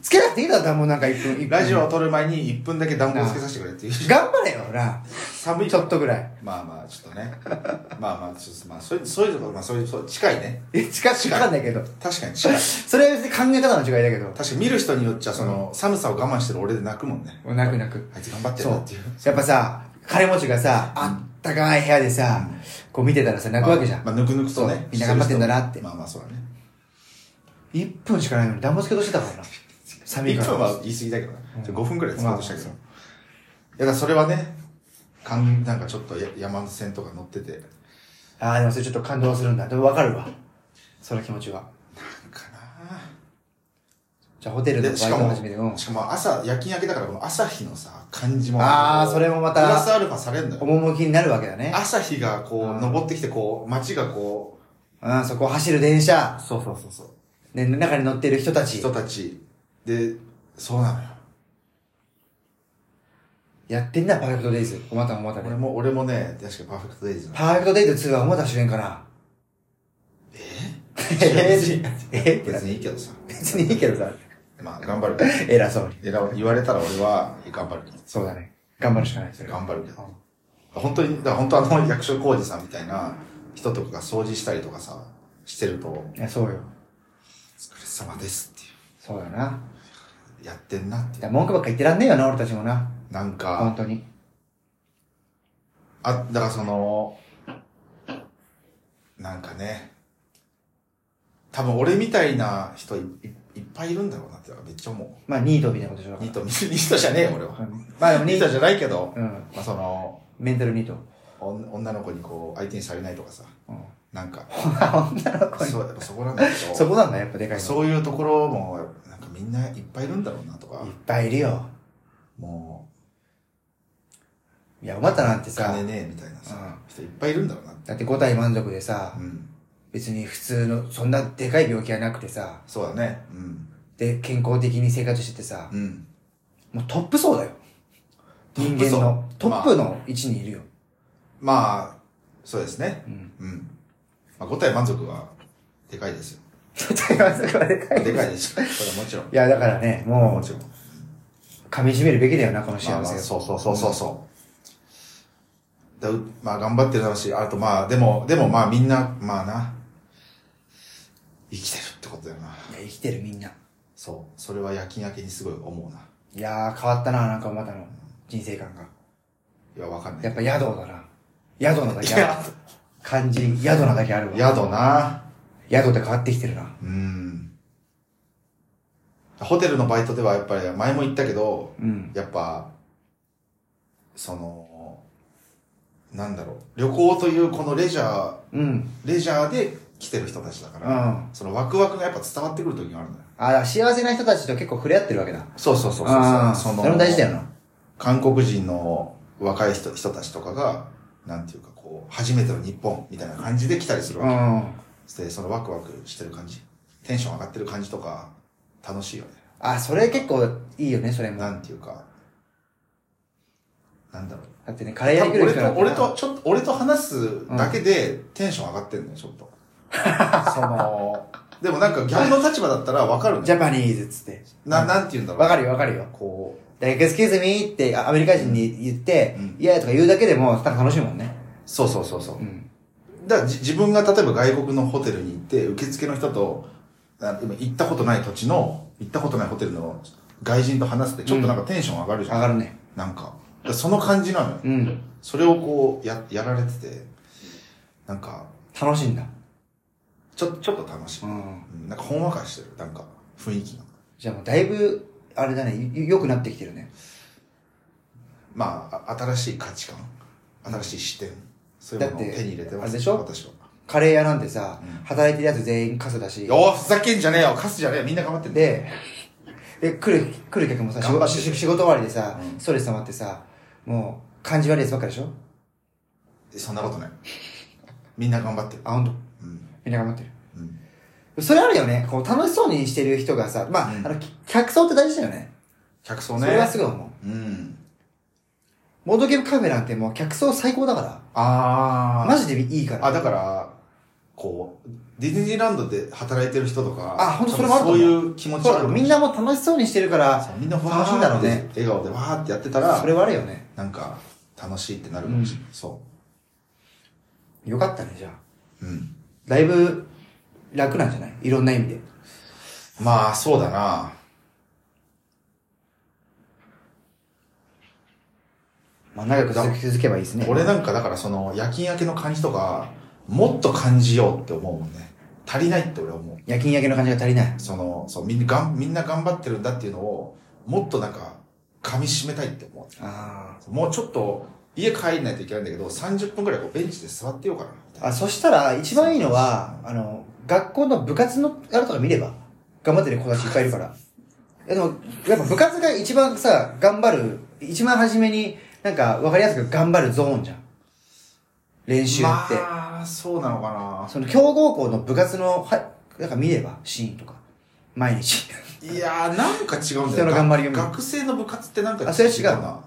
S1: つけなくていいだろ、暖房なんか1分、一分。
S2: ラジオを撮る前に1分だけ暖房つけさせてくれっていう。
S1: 頑張れよ、ほら。
S2: 寒い
S1: ちょっとぐらい。
S2: まあまあ、ちょっとね。まあまあ、ちょっと、まあ、そういう、 そういうところ、まあ、そういう、そう近いね。
S1: え、近くわかんないけど。
S2: 確かに近い。
S1: それは別に考え方の違いだけど。
S2: 確かに見る人によっちゃ、その、寒さを我慢してる俺で泣くもんね。
S1: もう泣く泣く。
S2: あいつ頑張ってる
S1: そ
S2: な
S1: う
S2: っていう。。
S1: やっぱさ、金持ちがさ、あったかい部屋でさ、こう見てたらさ、泣くわけじゃん。
S2: まあ、まあぬくぬくとね。
S1: みんな頑張ってんだなって
S2: まあまあ、そうだね。
S1: 1分しかないのに暖房つけとしてたからな。寒い
S2: 1
S1: から。
S2: 分は言い過ぎだけどな。ちょ5分くらい使おうとしたけど。い
S1: まあ
S2: や、だからそれはね、かんなんかちょっとや山手線とか乗ってて、なん
S1: ああ、でもそれちょっと感動するんだ。でもわかるわ。その気持ちは。
S2: かなぁ。
S1: じゃあホテルでバ
S2: で
S1: イ
S2: しか
S1: ト
S2: も
S1: 始めて、うん
S2: しかも朝、夜勤明けだからこの朝日のさ、感じも。
S1: あーそれもまた
S2: プラスアルファされるのよ。
S1: 趣になるわけだね。
S2: 朝日がこ
S1: あ
S2: う、
S1: ー
S2: 登ってきてこう、街がこ
S1: うん、そこを走る電車。
S2: う。そうそうそうそう。
S1: ね、中に乗ってる人たち。
S2: 人たち。で、そうなのよ。
S1: やってんな、パーフェクトデイズ。おまたおまたで
S2: 俺。も、俺もね、確かパーフェクトデイズなの
S1: パーフェクトデイズ2はおまた主演かな。 ええってな
S2: 別にいいけどさ。
S1: 別にいいけどさ。
S2: まあ、頑張るけど。
S1: 偉そうに。
S2: えら言われたら俺は頑張るけど。
S1: そうだね。頑張るしかない、それは。
S2: 頑張るけど。本当に、だから本当あの役所広司さんみたいな人とかが掃除したりとかさ、してると、お
S1: いや、そうよ。
S2: 疲れ様ですってい
S1: そうだよな。
S2: う。やってんなってい。
S1: いうや文句ばっか言ってらんねえよな、俺たちもな。
S2: なん
S1: 本
S2: か、
S1: 当に。
S2: あ、だからその、なんかね、多分俺みたいな人いいいっぱいいるんだろうなって、めっちゃ思
S1: まあ、ニートみたいなことでしょ
S2: う。。ニート、ニートじゃねえよ、俺は。
S1: まあでもニ
S2: ニ
S1: ー
S2: ー
S1: ト
S2: ト、じゃないけど、
S1: うん。
S2: まあその、
S1: メンタルニート。
S2: おん女の子にこう、相手にされないとかさ、
S1: うん。
S2: なんか、
S1: 女の子に。
S2: そう、やっぱそこなんだけど。
S1: そこなんだ、やっぱでかいの。
S2: そういうところも、なんかみんないっぱいいるんだろうなとか
S1: いっ、ぱいいるよ。
S2: も
S1: いや、おまたなんて
S2: う、お
S1: さ
S2: 金、ねえみたいなさ
S1: うん、
S2: 人いっぱいいるんだろうなって。
S1: だって五体満足でさ
S2: う、ん。
S1: 別に普通の、そんなでかい病気はなくてさ、
S2: そうだね。うん。
S1: で、健康的に生活しててさ
S2: う、ん。
S1: もうトップ層だよ。
S2: ト
S1: 人
S2: ップ
S1: 間
S2: 層
S1: の。トップの位置にいるよ。
S2: まあ、そうですね。
S1: うん。
S2: うん。まあ、五体満足は、でかいですよ。
S1: 五体満足はでかい。
S2: でかいですよ。これはもちろん。
S1: いや、だからね、も
S2: もちろん。
S1: う、噛み締めるべきだよな、この幸せを。
S2: まあまあ、そうそうそうそうそう。だうまあ、頑張ってるだろうし、あとまあ、でも、でもまあ、みんな、まあな、生きてるってことだよな。
S1: いや、生きてるみんな。
S2: そう。それは夜勤明けにすごい思うな。
S1: いやー、変わったな、なんかまたの人生観が。
S2: いや、わかんない。
S1: やっぱ宿だな。宿なだけある
S2: 宿。
S1: 漢字、宿なだけあるわ。
S2: 宿な
S1: 宿って変わってきてるな。
S2: うん。ホテルのバイトではやっぱり、前も言ったけど、
S1: うん。
S2: やっぱ、その、なんだろう、旅行というこのレジャー、
S1: うん。
S2: レジャーで来てる人たちだか
S1: うん。
S2: ら、
S1: あ
S2: そのワクワクがやっぱ伝わってくる時があるのよ。
S1: あ、幸せな人たちと結構触れ合ってるわけだ。
S2: そうそうそう
S1: ああ、
S2: その、
S1: それも大事だよな。
S2: 韓国人の若い人人たちとかが、なんていうかこう、初めての日本みたいな感じで来たりするわけ。
S1: うん。
S2: で、そのワクワクしてる感じ、テンション上がってる感じとか、楽しいよね。
S1: あ、それ結構いいよね、それも。
S2: な
S1: だ
S2: んていうか、なんだろう。
S1: ってね、カレー屋に来る人
S2: 多
S1: なん
S2: 分
S1: て
S2: 俺と、俺
S1: な
S2: と、ちょっと、俺と話すだけでテンション上がってんのよ、ちょっと。その、でもなんか逆の立場だったらわかる
S1: ジ
S2: ね。
S1: ャパニーズっつって。
S2: な、なんて言うんだろう。
S1: わかるよ、わかるよ。
S2: こ
S1: で、エクスキューズミーってあアメリカ人に言って
S2: うん、
S1: いやとか言うだけでも、なんか楽しいもんね。
S2: う、そうそうそうそう。
S1: うん。
S2: だからじ自分が例えば外国のホテルに行って、受付の人と、あ今行ったことない土地の、行ったことないホテルの外人と話すって、ちょっとなんかテンション上がるじゃん。
S1: 上がるね。
S2: なんか。だからその感じなのよ。
S1: うん。
S2: それをこう、や、やられてて、なんか、
S1: 楽しいんだ。
S2: ちょ、ちょっと楽しい。
S1: ん。
S2: うんなんかほんわかしてる。なんか、雰囲気が。
S1: じゃあもうだいぶ、あれだね、よ良くなってきてるね。
S2: まあ、あ新しい価値観。新しい視点。そういうものを
S1: だって
S2: 手に入れてます。
S1: あれでしょ
S2: 私は。
S1: カレー屋なんてさ、
S2: うん
S1: 働いてるやつ全員カスだし。
S2: おーふざけんじゃねえよカスじゃねえよみんな頑張ってんだよ。
S1: で、で、来る、来る客もさ、仕
S2: 頑張
S1: 事
S2: ってる
S1: 仕仕事終わりでさ、
S2: うん
S1: ストレス溜まってさ、もう、感じ悪いやつばっかでしょ
S2: そんなことない。みんな頑張ってる。
S1: あ、ほんと。
S2: うん。
S1: みんな頑張ってる。
S2: うん。
S1: それあるよね。こう、楽しそうにしてる人がさ、まあ、
S2: うん
S1: あの、き客層って大事だよね。
S2: 客
S1: そ
S2: 層ね。
S1: れはすごい思う。
S2: うん。
S1: ボードゲームカフェなんてもう客層最高だか
S2: あ
S1: ら。
S2: ー。
S1: マジでいいから。
S2: あ、だから、こう、ディズニーランドで働いてる人とか、
S1: あほんとそれもあると
S2: 多
S1: 思う
S2: 分そういう気持ち
S1: そう
S2: はあ
S1: だ
S2: るかもし
S1: み
S2: れ
S1: ん
S2: ない
S1: なもう楽しそうにしてるから
S2: そう、みんなふわ
S1: 楽しいんだ
S2: ー
S1: ろ
S2: っ
S1: う
S2: て、
S1: ね
S2: 笑顔でわーってやってたら
S1: そ、れはあるよね。
S2: なんか、楽しいってなるかもしれない。そ
S1: よかったね、じゃあ。
S2: う。うん。
S1: だいぶ、楽なんじゃないいろんな意味で。
S2: まあ、そうだな。
S1: まあ、長く続け続けばいいですね。
S2: 俺なんかだからその夜勤明けの感じとか、もっと感じようって思うもんね。足りないって俺思う。
S1: 夜勤明けの感じが足りない。
S2: その、そう、みんながん、みんな頑張ってるんだっていうのを、もっとなんか、噛み締めたいって思
S1: あ
S2: う。もうちょっと、家帰んないといけないんだけど、30分くらいこうベンチで座ってようかなみたい
S1: あ。
S2: な。
S1: あ、そしたら、一番いいのは、あの、学校の部活のやるとか見れば、頑張ってる子たちいっぱいいるから。いやでも、やっぱ部活が一番さ、頑張る、一番初めに、なんか、わかりやすく頑張るゾーンじゃん。練習って。
S2: まあ、そうなのかな。
S1: その、強豪校の部活の、はい、なんか見れば、シーンとか。毎日。
S2: いやー、なんか違うんだ
S1: 人
S2: よ
S1: の
S2: な。
S1: 頑張りを見る
S2: 学生の部活ってなんか
S1: あそれ違う
S2: な。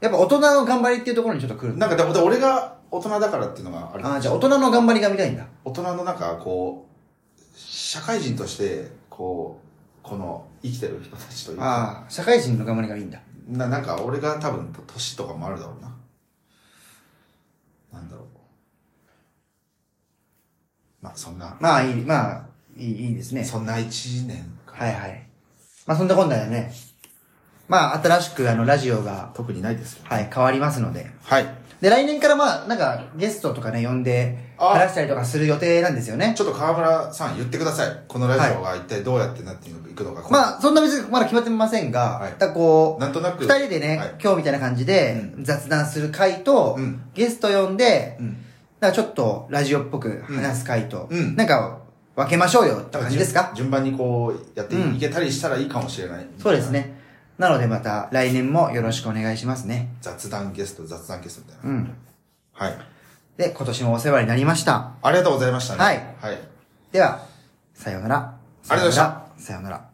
S1: やっぱ大人の頑張りっていうところにちょっと来るんだ。
S2: なんか、だから俺が大人だからっていうのがある。
S1: ああ、じゃあ大人の頑張りが見たいんだ。
S2: 大人のなんか、こう、社会人として、こう、この、生きてる人たちというか、
S1: ああ、社会人の頑張りがいいんだ。
S2: ななんか俺が多分、年とかもあるだろうな。なんだろう。まあ、そんな、
S1: まあいい、まあ、いい、いいですね。
S2: そんな一年か
S1: はいはい。まあそんなこんなでね。まあ新しくあのラジオが、
S2: 特にないですよ。
S1: はい、変わりますので。
S2: はい。
S1: で、来年からまあ、なんかゲストとかね、呼んで、
S2: あ
S1: 話したりとかする予定なんですよね。
S2: ちょっと河村さん言ってください。このラジオが一体どうやってなっていくのか。
S1: まあ、そんな別にまだ決まってませんが、
S2: はい
S1: だからこう、
S2: なんとなく
S1: 二人でね、
S2: はい
S1: 今日みたいな感じで、雑談する回と、
S2: うん
S1: ゲスト呼んで、
S2: うん
S1: なんかちょっとラジオっぽく話す回と、
S2: うんうん
S1: なんか分けましょうよって感じですか
S2: 順順番にこうやって
S1: うん
S2: いけたりしたらいいかもしれない。
S1: そうです。ね。なのでまた来年もよろしくお願いしますね。
S2: 雑談ゲスト、雑談ゲストみたいうな。
S1: ん。
S2: はい。
S1: で、今年もお世話になりました。
S2: ありがとうございましたね。
S1: はい
S2: はい。
S1: では、さようなら。。
S2: ありがとうございました
S1: さようなら。